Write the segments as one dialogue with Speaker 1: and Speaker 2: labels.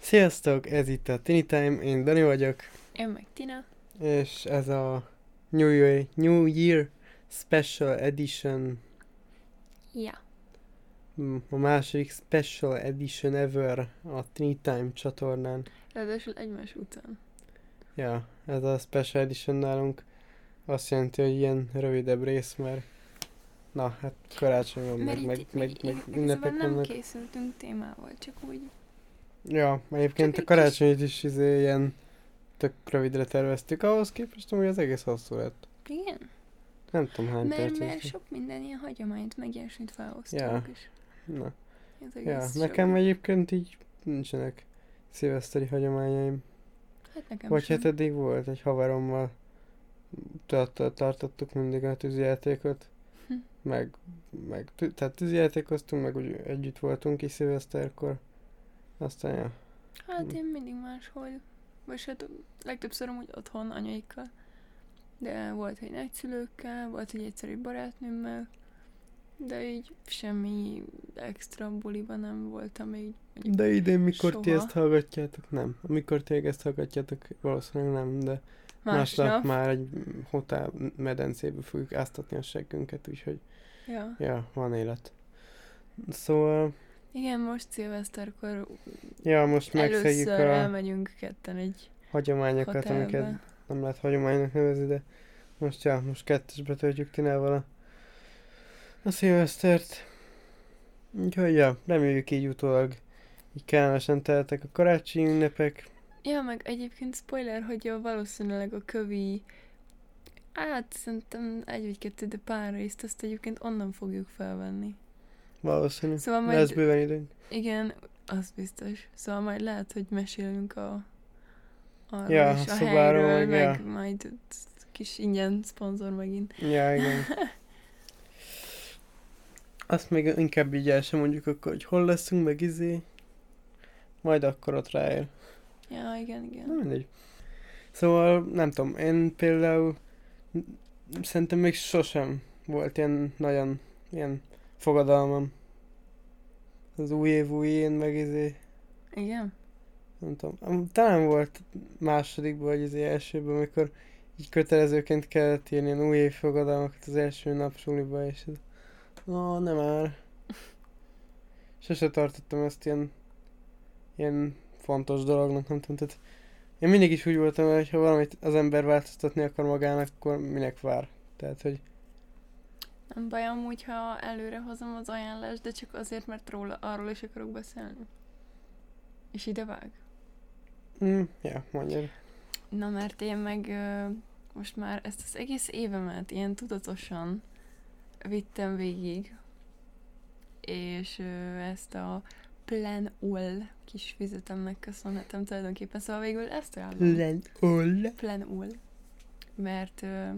Speaker 1: Sziasztok, ez itt a Tiny Time, én Dani vagyok,
Speaker 2: Én meg Tina.
Speaker 1: és ez a New Year, New Year Special Edition,
Speaker 2: Ja.
Speaker 1: mm, a második Special Edition ever a Tiny Time csatornán.
Speaker 2: Ráadásul egymás után.
Speaker 1: Ja, ez a Special Edition nálunk azt jelenti, hogy ilyen rövidebb rész, mert na, hát karácsony van, meg,
Speaker 2: itt-
Speaker 1: meg, meg, meg
Speaker 2: igazából
Speaker 1: ünnepek
Speaker 2: nem
Speaker 1: vannak.
Speaker 2: készültünk témával, csak úgy.
Speaker 1: Ja, egyébként
Speaker 2: Csak
Speaker 1: a
Speaker 2: egy
Speaker 1: karácsonyt is izé ilyen tök rövidre terveztük, ahhoz képest amúgy az egész hosszú lett.
Speaker 2: Igen.
Speaker 1: Nem tudom hány
Speaker 2: Mert,
Speaker 1: perc.
Speaker 2: mert
Speaker 1: ez.
Speaker 2: sok minden ilyen hagyományt megjelesült felhoztunk,
Speaker 1: Ja.
Speaker 2: és
Speaker 1: Na.
Speaker 2: ez
Speaker 1: Ja,
Speaker 2: egész
Speaker 1: nekem
Speaker 2: sok.
Speaker 1: egyébként így nincsenek szilveszteri hagyományaim.
Speaker 2: Hát nekem
Speaker 1: Vagy
Speaker 2: sem.
Speaker 1: hát eddig volt, egy haverommal tart- tartottuk mindig a tűzijátékot,
Speaker 2: Hm.
Speaker 1: meg, meg tű- tehát tűzijátékoztunk, meg úgy együtt voltunk is szilveszterkor. Aztán, ja.
Speaker 2: Hát én mindig máshol. Vagy hát legtöbbször amúgy otthon anyaikkal. De volt, hogy nagyszülőkkel, volt, hogy egyszerű barátnőmmel. De így semmi extra buliban nem voltam így. mondjuk
Speaker 1: De idén, mikor ti
Speaker 2: Soha.
Speaker 1: ezt hallgatjátok, nem. Amikor ti ezt hallgatjátok, valószínűleg nem, de másnap,
Speaker 2: másnap.
Speaker 1: már egy hotel medencébe fogjuk áztatni a seggünket, úgyhogy,
Speaker 2: Ja.
Speaker 1: ja, van élet. Szóval,
Speaker 2: Igen, most szilveszterkor
Speaker 1: ja, most megszegjük
Speaker 2: először
Speaker 1: a
Speaker 2: elmegyünk ketten egy
Speaker 1: hagyományokat, amiket
Speaker 2: hotelbe.
Speaker 1: nem lehet hagyománynak nevezni, de most ja, most kettesbe töltjük Tinával a, a szilvesztert. Úgyhogy ja, reméljük így utólag így kellemesen teltek a karácsonyi ünnepek.
Speaker 2: Ja, meg egyébként spoiler, hogy a valószínűleg a kövi Hát szerintem egy vagy kettő, de pár részt azt egyébként onnan fogjuk felvenni.
Speaker 1: Valószínű.
Speaker 2: Szóval majd,
Speaker 1: Lesz bőven időnk.
Speaker 2: igen, az biztos. Szóval majd lehet, hogy mesélünk a arról
Speaker 1: Ja,
Speaker 2: is,
Speaker 1: a
Speaker 2: a
Speaker 1: szobáról,
Speaker 2: helyről,
Speaker 1: meg
Speaker 2: meg,
Speaker 1: ja.
Speaker 2: majd kis ingyen szponzor megint.
Speaker 1: Ja, igen. Azt még inkább így el sem mondjuk akkor, hogy hol leszünk, meg izé. Majd akkor ott ráér.
Speaker 2: Ja, igen,
Speaker 1: Na
Speaker 2: igen.
Speaker 1: mindegy. Szóval nem tudom, én például n- szerintem még sosem volt ilyen nagyon ilyen fogadalmam. Az új év új én meg izé,
Speaker 2: Igen?
Speaker 1: nem tudom, am- talán volt másodikban vagy izé elsőben, amikor így kötelezőként kellett írni ilyen új év fogadalmakat az első nap suliba, és ez, na nem már. Sose tartottam ezt ilyen, ilyen fontos dolognak, nem tudom, tehát én mindig is úgy voltam, hogy ha valamit az ember változtatni akar magának, akkor minek vár. Tehát, hogy
Speaker 2: Nem baj amúgy, ha előre hozom az ajánlást, de csak azért, mert róla, arról is akarok beszélni. És ide vág.
Speaker 1: mm, ja, mondjad.
Speaker 2: Na, mert én meg ö, most már ezt az egész évemet ilyen tudatosan vittem végig, és ö, ezt a Plan All kis fizetemnek köszönhetem tulajdonképpen, szóval végül ezt ajánlom.
Speaker 1: Len, ol.
Speaker 2: Plenul. Mert ö,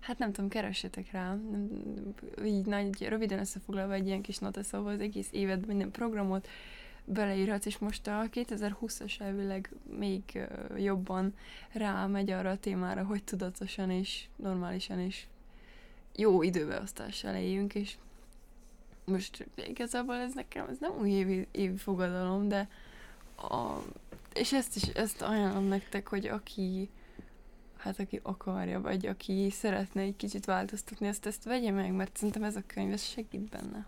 Speaker 2: hát nem tudom, keressetek rá. Nem- Így nagy, röviden összefoglalva egy ilyen kis nota, szóval az egész évet minden programot beleírhatsz, és most a 2020-as elvileg még ö, jobban rámegy arra a témára, hogy tudatosan és normálisan és jó időbeosztással éljünk, és most igazából ez nekem, ez nem új évi, évi fogadalom, de a, és ezt is, ezt ajánlom nektek, hogy aki hát aki akarja, vagy aki szeretne egy kicsit változtatni, ezt, ezt vegye meg, mert szerintem ez a könyv, ez segít benne.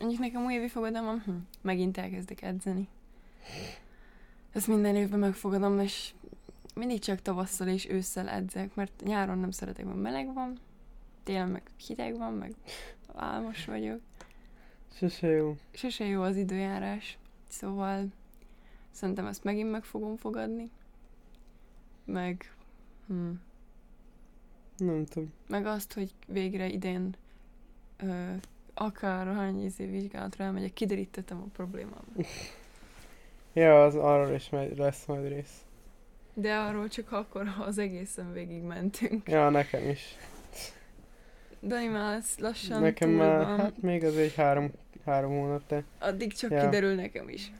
Speaker 2: Mondjuk nekem újévi fogadalmam, hm, megint elkezdek edzeni. Ezt minden évben megfogadom, és mindig csak tavasszal és ősszel edzek, mert nyáron nem szeretek, mert meleg van, télen meg hideg van, meg álmos vagyok
Speaker 1: Sose jó.
Speaker 2: sose jó az időjárás, szóval szerintem ezt megint meg fogom fogadni. Meg, hm,
Speaker 1: Nem tudom.
Speaker 2: meg azt, hogy végre idén ö, akárhány izé vizsgálatra elmegyek, kiderítettem a problémámat.
Speaker 1: Ja, az arról is megy, lesz majd rész.
Speaker 2: De arról csak akkor, ha az egészen végigmentünk.
Speaker 1: Ja, nekem is.
Speaker 2: Dani már ez lassan
Speaker 1: Nekem
Speaker 2: túl
Speaker 1: már,
Speaker 2: van.
Speaker 1: hát még az egy három, három hónap, de
Speaker 2: Addig csak
Speaker 1: Ja.
Speaker 2: kiderül nekem is.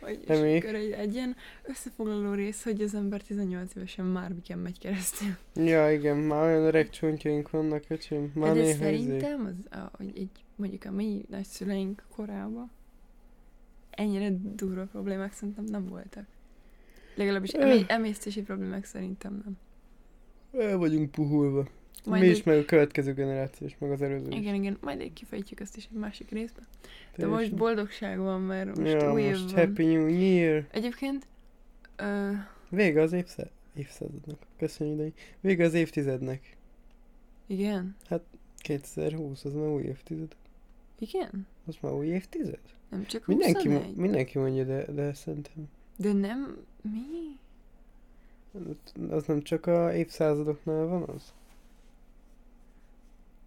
Speaker 2: Hogy
Speaker 1: De
Speaker 2: és
Speaker 1: még?
Speaker 2: akkor egy, egy ilyen összefoglaló rész, hogy az ember 18 évesen már miken megy keresztül.
Speaker 1: ja igen, már olyan öreg csontjaink vannak, öcsém. Már
Speaker 2: Hát ez
Speaker 1: néha izé-
Speaker 2: szerintem, az, a, hogy így, mondjuk a mi nagyszüleink korában, ennyire durva problémák szerintem nem voltak. Legalábbis emé- emésztési problémák szerintem nem.
Speaker 1: El vagyunk puhulva.
Speaker 2: Majd
Speaker 1: Mi
Speaker 2: egy-
Speaker 1: is, meg a következő generáció is, meg az előző is.
Speaker 2: Igen, igen, majd egy kifejtjük azt is egy másik részben. De
Speaker 1: Teljesen.
Speaker 2: most boldogság van, mert most
Speaker 1: ja,
Speaker 2: új
Speaker 1: most
Speaker 2: év van.
Speaker 1: Happy New Year!
Speaker 2: Egyébként ö,
Speaker 1: Vége az évszá- évszázadnak. Köszönjük, idei. Vége az évtizednek.
Speaker 2: igen,
Speaker 1: 2020, az már új évtized.
Speaker 2: igen,
Speaker 1: Az már új évtized?
Speaker 2: nem csak
Speaker 1: Mindenki, mo-
Speaker 2: 21.
Speaker 1: mindenki mondja, de, de szerintem
Speaker 2: De nem, mi?
Speaker 1: az nem csak a évszázadoknál van az.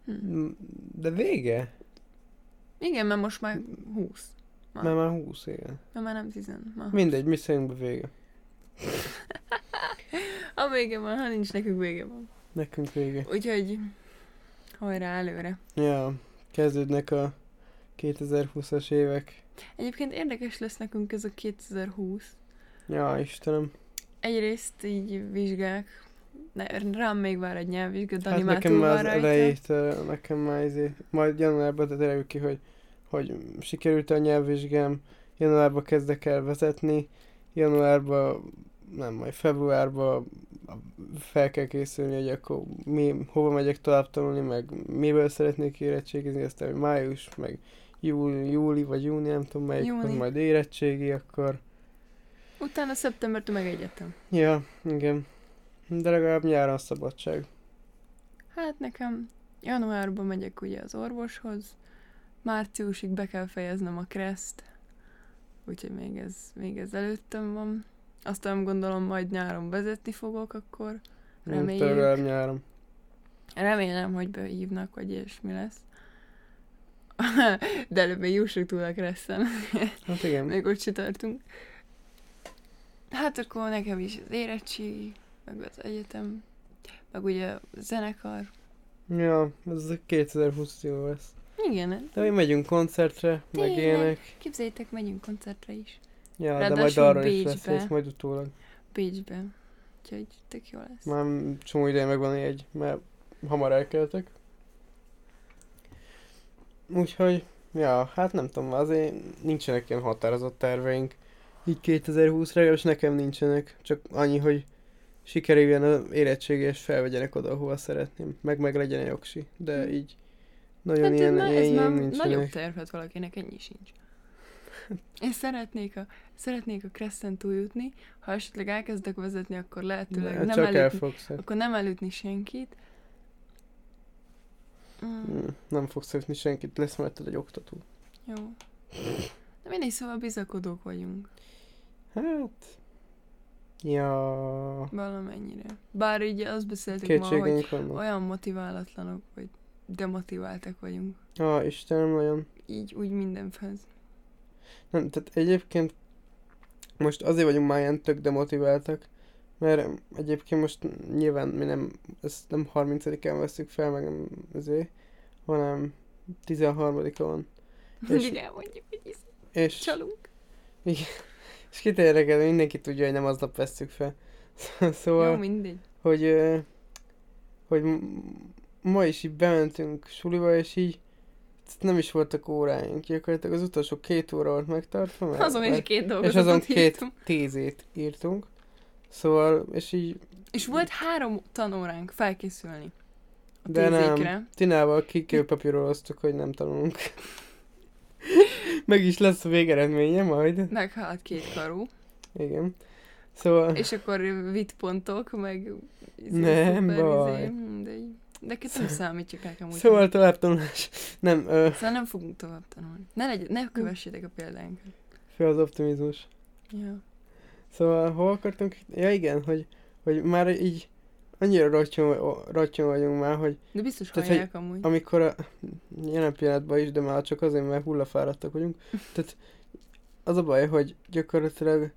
Speaker 2: Hm.
Speaker 1: M- De vége?
Speaker 2: Igen, mert most már 20. Már.
Speaker 1: Már már 20 éve.
Speaker 2: Mert már nem 10, már 20.
Speaker 1: Mindegy, mi szerintben vége.
Speaker 2: A vége van, ha nincs nekünk vége van.
Speaker 1: Nekünk vége.
Speaker 2: Úgyhogy hajrá előre.
Speaker 1: Ja, kezdődnek a 2020-as évek.
Speaker 2: Egyébként érdekes lesz nekünk ez a 2020.
Speaker 1: Ja, Istenem.
Speaker 2: Egyrészt így vizsgák, ne, rám még vár egy nyelvvizsga, Dani
Speaker 1: Hát
Speaker 2: már
Speaker 1: nekem
Speaker 2: túl
Speaker 1: már az
Speaker 2: van rajta.
Speaker 1: elejét, eh, nekem már izé, majd januárban derül ki, hogy, hogy sikerült a nyelvvizsgám, januárban kezdek el vezetni, januárban, nem, majd februárban fel kell készülni, hogy akkor mi, hova megyek tovább tanulni, meg miből szeretnék érettségizni, aztán hogy május, meg júli, júli vagy júni, nem tudom melyik, júni.
Speaker 2: Júni.
Speaker 1: az majd érettségi, akkor
Speaker 2: Utána szeptembertől meg egyetem.
Speaker 1: ja, igen. De legalább nyáron szabadság.
Speaker 2: Hát nekem januárban megyek ugye az orvoshoz, márciusig be kell fejeznem a kreszt, úgyhogy még ez, még ez előttem van. Aztán gondolom majd nyáron vezetni fogok akkor.
Speaker 1: Nem,
Speaker 2: Reméljük.
Speaker 1: legalább nyáron.
Speaker 2: Remélem, hogy behívnak, vagy ilyesmi lesz. De előbb még jussuk túl a kresszen.
Speaker 1: Hát igen.
Speaker 2: Még ott se tartunk. Hát akkor nekem is az érettségi, meg az egyetem, meg ugye a zenekar.
Speaker 1: Ja, ez a 2020 jó lesz.
Speaker 2: Igen,
Speaker 1: De mi megyünk koncertre, meg
Speaker 2: Tényleg?
Speaker 1: ilyenek.
Speaker 2: képzeljétek, megyünk koncertre is.
Speaker 1: Ja, de majd
Speaker 2: Ráadásul
Speaker 1: arra is lesz
Speaker 2: Bécsbe.
Speaker 1: rész, majd utólag.
Speaker 2: Bécsbe. Úgyhogy tök jó lesz.
Speaker 1: Már csomó ideje megvan egy, mert hamar elkeltek. Úgyhogy, ja, hát nem tudom, azért nincsenek ilyen határozott terveink. Így 2020-ra, legalábbis nekem nincsenek. Csak annyi, hogy sikerüljön az érettségi, és felvegyenek oda, ahova szeretném. Meg meg legyen a jogsi. De így nagyon
Speaker 2: Hm. hát
Speaker 1: ilyen
Speaker 2: ez már, ez
Speaker 1: enyém
Speaker 2: már
Speaker 1: nincsenek.
Speaker 2: nagyobb tervet valakinek, ennyi sincs. Én szeretnék a, szeretnék a Crescent túljutni, ha esetleg elkezdek vezetni, akkor lehetőleg
Speaker 1: Hát
Speaker 2: nem
Speaker 1: csak el
Speaker 2: elütni,
Speaker 1: fogsz. hát.
Speaker 2: akkor nem elütni senkit. Mm,
Speaker 1: Mm, Nem fogsz ütni senkit, lesz majd egy oktató.
Speaker 2: jó. De mindegy, szóval bizakodók vagyunk.
Speaker 1: Hát... Ja...
Speaker 2: Valamennyire. Bár így azt beszéltük ma, hogy
Speaker 1: Kétségeink vannak.
Speaker 2: olyan motiválatlanok, vagy demotiváltak vagyunk.
Speaker 1: Ah, Istenem, nagyon...
Speaker 2: Így úgy mindenfhez.
Speaker 1: Nem, tehát egyébként most azért vagyunk már ilyen tök demotiváltak, mert egyébként most nyilván mi nem, ezt nem 30-án veszük fel, meg nem azért, hanem 13-a van. És-
Speaker 2: Igen, mondjuk, hogy is
Speaker 1: És...
Speaker 2: csalunk.
Speaker 1: És kit érdekel, mindenki tudja, hogy nem aznap vesszük fel. szóval...
Speaker 2: Jó, mindegy.
Speaker 1: hogy, ö, hogy m- ma is így bementünk suliba, és így nem is voltak óráink. Gyakorlatilag az utolsó két óra volt megtartva, mert,
Speaker 2: Azon is
Speaker 1: mert
Speaker 2: két dolgot
Speaker 1: és azon két tízét írtunk. Szóval, és így
Speaker 2: És volt három tanóránk felkészülni. A
Speaker 1: De nem.
Speaker 2: tízékre.
Speaker 1: Tinával kiképapíroloztuk, hogy nem tanulunk. Meg is lesz a végeredménye majd.
Speaker 2: Meghalt két karú.
Speaker 1: Igen. Szóval,
Speaker 2: És akkor vitt pontok, meg... izé,
Speaker 1: Nem
Speaker 2: szuper,
Speaker 1: baj.
Speaker 2: izé, mindegy. De ki nem számít, csak nekem úgy.
Speaker 1: szóval továbbtanulás. Nem, ö,
Speaker 2: szóval nem fogunk tovább tanulni. Ne, legy- ne kövessétek a példánkat.
Speaker 1: fő az optimizmus.
Speaker 2: Ja.
Speaker 1: Szóval hol akartunk? Ja igen, hogy, hogy már így annyira rottyom, rottyom vagyunk már, hogy
Speaker 2: De biztos
Speaker 1: Tehát,
Speaker 2: Tehát,
Speaker 1: hogy
Speaker 2: hallják amúgy.
Speaker 1: amikor a jelen pillanatban is, de már csak azért, mert hullafáradtak vagyunk. Tehát az a baj, hogy gyakorlatilag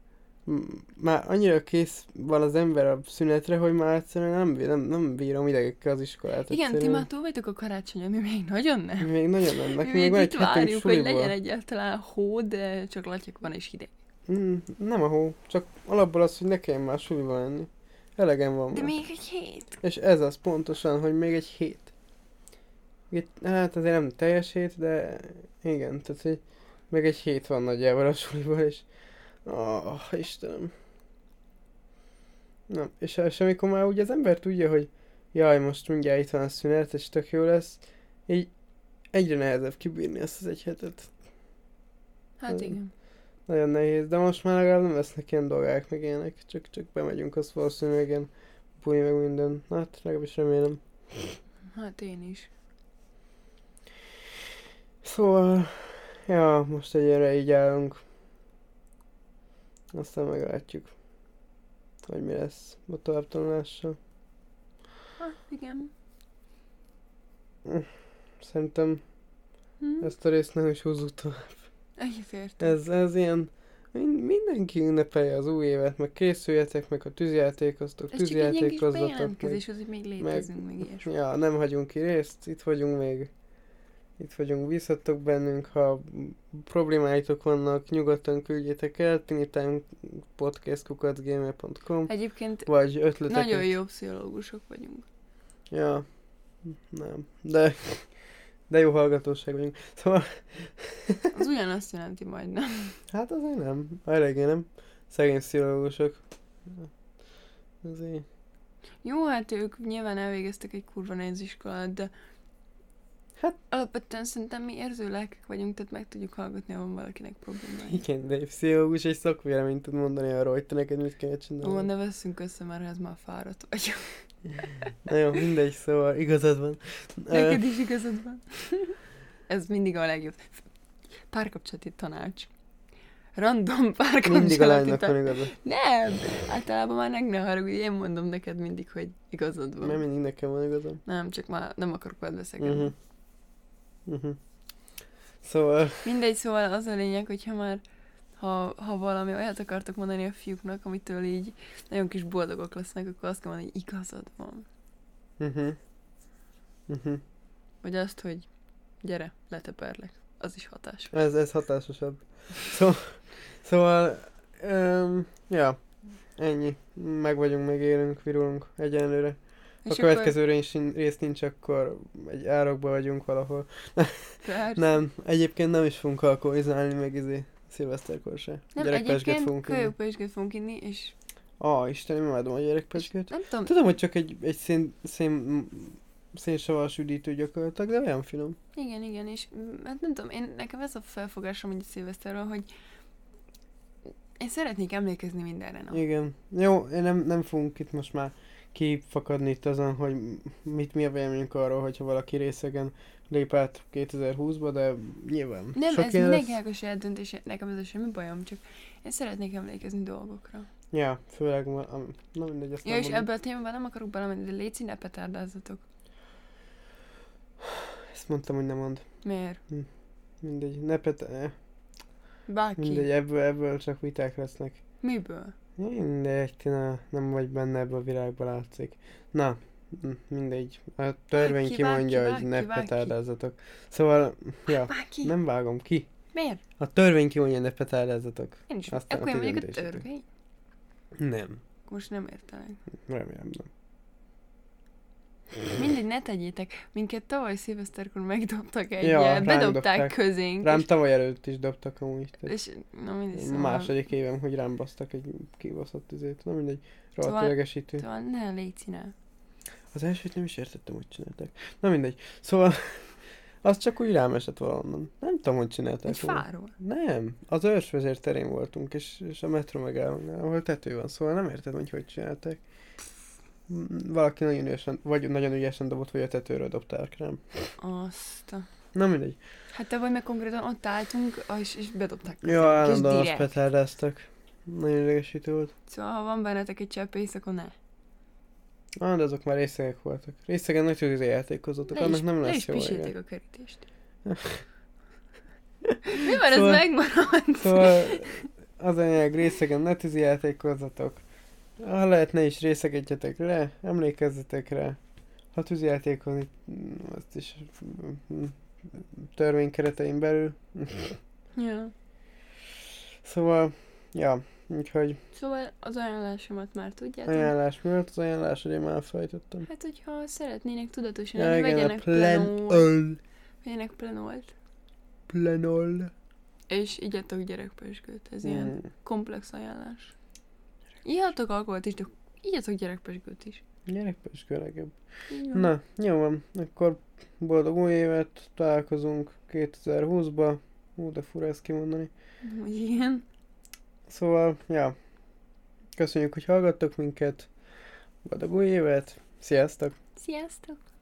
Speaker 1: m- már annyira kész van az ember a szünetre, hogy már egyszerűen nem, bí- nem, nem bírom idegekkel az iskolát.
Speaker 2: Igen, ti
Speaker 1: egyszerűen.
Speaker 2: már túl vagytok a karácsonyon, mi még nagyon nem.
Speaker 1: Még nagyon nem,
Speaker 2: mi
Speaker 1: nekünk még
Speaker 2: még
Speaker 1: van egy
Speaker 2: itt
Speaker 1: hetünk
Speaker 2: várjuk, hogy legyen
Speaker 1: suliból.
Speaker 2: egyáltalán hó, de csak latyak van és hideg.
Speaker 1: Mm, nem a hó, csak alapból az, hogy ne kelljen már suliban lenni. Elegem van
Speaker 2: De
Speaker 1: már.
Speaker 2: még egy hét.
Speaker 1: És ez az pontosan, hogy még egy hét. Itt, hát azért nem teljes hét, de igen, tehát hogy Meg egy hét van nagyjából a suliban, és... Ah, Istenem. Na, és, és amikor már úgy az ember tudja, hogy jaj, most mindjárt itt van a szünet, és tök jó lesz, így egyre nehezebb kibírni ezt az egy hetet.
Speaker 2: Hát
Speaker 1: Ez-
Speaker 2: igen.
Speaker 1: Nagyon nehéz, de most már legalább nem lesznek ilyen dolgák, meg ilyenek, csak, csak bemegyünk, az valószínűleg ilyen buli meg minden. Na, Hát, legalábbis remélem.
Speaker 2: Hát én is.
Speaker 1: Szóval, ja, most egyre így állunk. Aztán meglátjuk, hogy mi lesz a továbbtanulással.
Speaker 2: Hát igen.
Speaker 1: Szerintem
Speaker 2: Hm?
Speaker 1: ezt a részt nem is húzzuk tovább.
Speaker 2: Egyetért.
Speaker 1: Ez, ez ilyen, min- mindenki ünnepelje az új évet, meg készüljetek, meg a tűzjátékoztok,
Speaker 2: Ez csak egy ilyen kis
Speaker 1: tűzjátékozzatok. meg-
Speaker 2: bejelentkezés, az, hogy még létezünk, meg, meg ilyesmi.
Speaker 1: Ja, nem hagyunk ki részt, itt vagyunk még. Itt vagyunk, bízhattok bennünk, ha problémáitok vannak, nyugodtan küldjétek el, tinitánpodcast.gmail.com
Speaker 2: Egyébként
Speaker 1: vagy ötleteket.
Speaker 2: nagyon jó pszichológusok vagyunk.
Speaker 1: Ja, nem, de, de jó hallgatóság vagyunk. Szóval,
Speaker 2: Az ugyanazt jelenti majdnem.
Speaker 1: hát azért nem, eléggé nem. Szegény pszichológusok. Azért.
Speaker 2: Jó, hát ők nyilván elvégeztek egy kurva nehéz iskolát, de
Speaker 1: Hát-
Speaker 2: alapvetően szerintem mi érző lelkek vagyunk, tehát meg tudjuk hallgatni, ha van valakinek problémája.
Speaker 1: Igen, de egy pszichológus egy szakvéleményt tud mondani arról, hogy te neked mit kell csinálni.
Speaker 2: Ó, ne veszünk össze, mert ez már fáradt vagyok.
Speaker 1: Na jó, mindegy, szóval igazad van.
Speaker 2: Neked is igazad van. ez mindig a legjobb. Párkapcsolati tanács. Random
Speaker 1: Mindig a
Speaker 2: párkapcsolati
Speaker 1: lánynak van
Speaker 2: tanács.
Speaker 1: igaza.
Speaker 2: Nem! Általában már meg ne haragudj, én mondom neked mindig, hogy igazad van.
Speaker 1: Nem mindig nekem van igazam.
Speaker 2: Nem, csak már nem akarok veled veszekedni.
Speaker 1: Uh-huh. Uh-huh. Szóval,
Speaker 2: Mindegy, szóval az a lényeg, hogyha már ha, ha valami olyat akartok mondani a fiúknak, amitől így nagyon kis boldogok lesznek, akkor azt kell mondani, hogy igazad van.
Speaker 1: uh-huh. Uh-huh.
Speaker 2: Vagy azt, hogy gyere, leteperlek. Az is hatás.
Speaker 1: Ez, ez hatásosabb. Szó, szóval, um, ja, ennyi. Meg vagyunk, még élünk, virulunk egyenlőre. Ha a következő rész, rész nincs, akkor egy árokba vagyunk valahol.
Speaker 2: Persze. Nem,
Speaker 1: Nem, egyébként nem is fogunk alkoholizálni, meg izé szilveszterkor se.
Speaker 2: nem
Speaker 1: Gyerekpesgőt
Speaker 2: egyébként
Speaker 1: fogunk inni.
Speaker 2: kölyökpesgőt fogunk inni, és
Speaker 1: Á, Istenem, imádom a gyerekpesgőt.
Speaker 2: nem tudom,
Speaker 1: Tudom, hogy csak egy, egy szén, szén, szénsavas üdítő gyakorlatilag, de olyan finom.
Speaker 2: igen, igen, és mm, hát nem tudom, én, nekem ez a felfogásom egy szilveszterről, hogy én szeretnék emlékezni mindenre. Na.
Speaker 1: Igen. Jó, én nem, nem fogunk itt most már kifakadni itt azon, hogy mit mi a véleményünk arról, hogyha valaki részegen lép át 2020-ba, de nyilván
Speaker 2: Nem,
Speaker 1: sok
Speaker 2: ez
Speaker 1: ilyen lesz.
Speaker 2: mindenkinek a saját döntése, nekem ez a semmi bajom, csak én szeretnék emlékezni dolgokra.
Speaker 1: Ja, főleg ma, am, na mindegy, ezt
Speaker 2: Ja,
Speaker 1: nem
Speaker 2: és
Speaker 1: mondom.
Speaker 2: ebbe a témában nem akarok belemenni, de légy színe petárdázatok.
Speaker 1: Ezt mondtam, hogy nem mond.
Speaker 2: Miért?
Speaker 1: Mindegy, ne pet... eh,
Speaker 2: Bárki.
Speaker 1: Mindegy, ebből, ebből csak viták lesznek.
Speaker 2: Miből?
Speaker 1: Mindegy, Tina, nem vagy benne ebbe a világba látszik. Na, m- mindegy. A törvény
Speaker 2: ki,
Speaker 1: kimondja,
Speaker 2: vág ki, vág
Speaker 1: hogy
Speaker 2: ki,
Speaker 1: ne
Speaker 2: vág ki.
Speaker 1: petárdázatok. Szóval, ja,
Speaker 2: Bárki.
Speaker 1: nem vágom ki.
Speaker 2: Miért?
Speaker 1: A törvény kimondja, ne petárdázatok.
Speaker 2: Én is.
Speaker 1: Aztán
Speaker 2: Aztán
Speaker 1: a
Speaker 2: Akkor én
Speaker 1: ti
Speaker 2: vagyok a
Speaker 1: döntésetek.
Speaker 2: törvény?
Speaker 1: Nem,
Speaker 2: Akkor Most nem értelek.
Speaker 1: remélem nem.
Speaker 2: Mindegy, ne tegyétek. Minket tavaly szilveszterkor megdobtak egy
Speaker 1: Ja,
Speaker 2: ja,
Speaker 1: ránk
Speaker 2: bedobták
Speaker 1: dobták.
Speaker 2: közénk.
Speaker 1: Rám tavaly előtt is dobtak amúgy. Tehát
Speaker 2: és, és, na mindegy,
Speaker 1: szóval...
Speaker 2: szóval,
Speaker 1: Második évem, hogy rám basztak egy kibaszott izét. Na mindegy, rohadt
Speaker 2: Szóval-
Speaker 1: idegesítő.
Speaker 2: Szóval ne légy színe.
Speaker 1: Az elsőt nem is értettem, hogy csinálták. Na mindegy. Szóval, az csak úgy rám esett valahonnan. Nem tudom, hogy csinálták.
Speaker 2: Egy
Speaker 1: volna.
Speaker 2: fáról.
Speaker 1: Nem, az őrsvezér terén voltunk, és, és a metro megállónál, ahol tető van, szóval nem érted, hogy hogy csinálták. Mm, Valaki nagyon ügyesen, vagy nagyon ügyesen dobott, vagy a tetőről dobták rám.
Speaker 2: Azt. a-
Speaker 1: Na mindegy.
Speaker 2: Hát te vagy meg konkrétan ott álltunk, ah, és, és bedobták
Speaker 1: Jó,
Speaker 2: közénk, és
Speaker 1: állandóan azt
Speaker 2: direkt.
Speaker 1: petárdáztak. Nagyon idegesítő volt.
Speaker 2: Szóval ha van bennetek egy csepp ész, akkor ne.
Speaker 1: Ah, de azok már részegek voltak. Részegen nagy tűzé játékozottak,
Speaker 2: Le
Speaker 1: annak
Speaker 2: is-
Speaker 1: nem
Speaker 2: le
Speaker 1: lesz
Speaker 2: is
Speaker 1: jó
Speaker 2: pisilték
Speaker 1: vége.
Speaker 2: a kerítést. Mi van,
Speaker 1: Szóval-
Speaker 2: ez megmaradt?
Speaker 1: Szóval az anyag részegen ne tűzi játékozzatok. Ha lehet, ne is részekedjetek le, emlékezzetek rá. Ha tűzjátékozni, mm, azt is mm, törvény keretein belül.
Speaker 2: Ja.
Speaker 1: Szóval, ja, úgyhogy
Speaker 2: Szóval az ajánlásomat már tudjátok.
Speaker 1: ajánlás mi volt az ajánlás, hogy én már elfelejtettem.
Speaker 2: Hát, hogyha szeretnének tudatosan,
Speaker 1: Ja,
Speaker 2: ja,
Speaker 1: igen, a
Speaker 2: vegyenek plenolt.
Speaker 1: Planol.
Speaker 2: Vegyenek plenolt.
Speaker 1: Planol.
Speaker 2: És igyatok gyerekpesgőt, ez ilyen
Speaker 1: Mm.
Speaker 2: komplex ajánlás. Ihatok alkoholt is, de igyatok gyerekpesgőt is.
Speaker 1: Gyerekpesgő legjobb.
Speaker 2: Így van.
Speaker 1: Na, jó van, akkor boldog új évet, találkozunk 2020-ba. Ú, de fura ezt kimondani.
Speaker 2: Hogy Igen.
Speaker 1: Szóval, ja, köszönjük, hogy hallgattok minket. Boldog új évet, sziasztok!
Speaker 2: Sziasztok!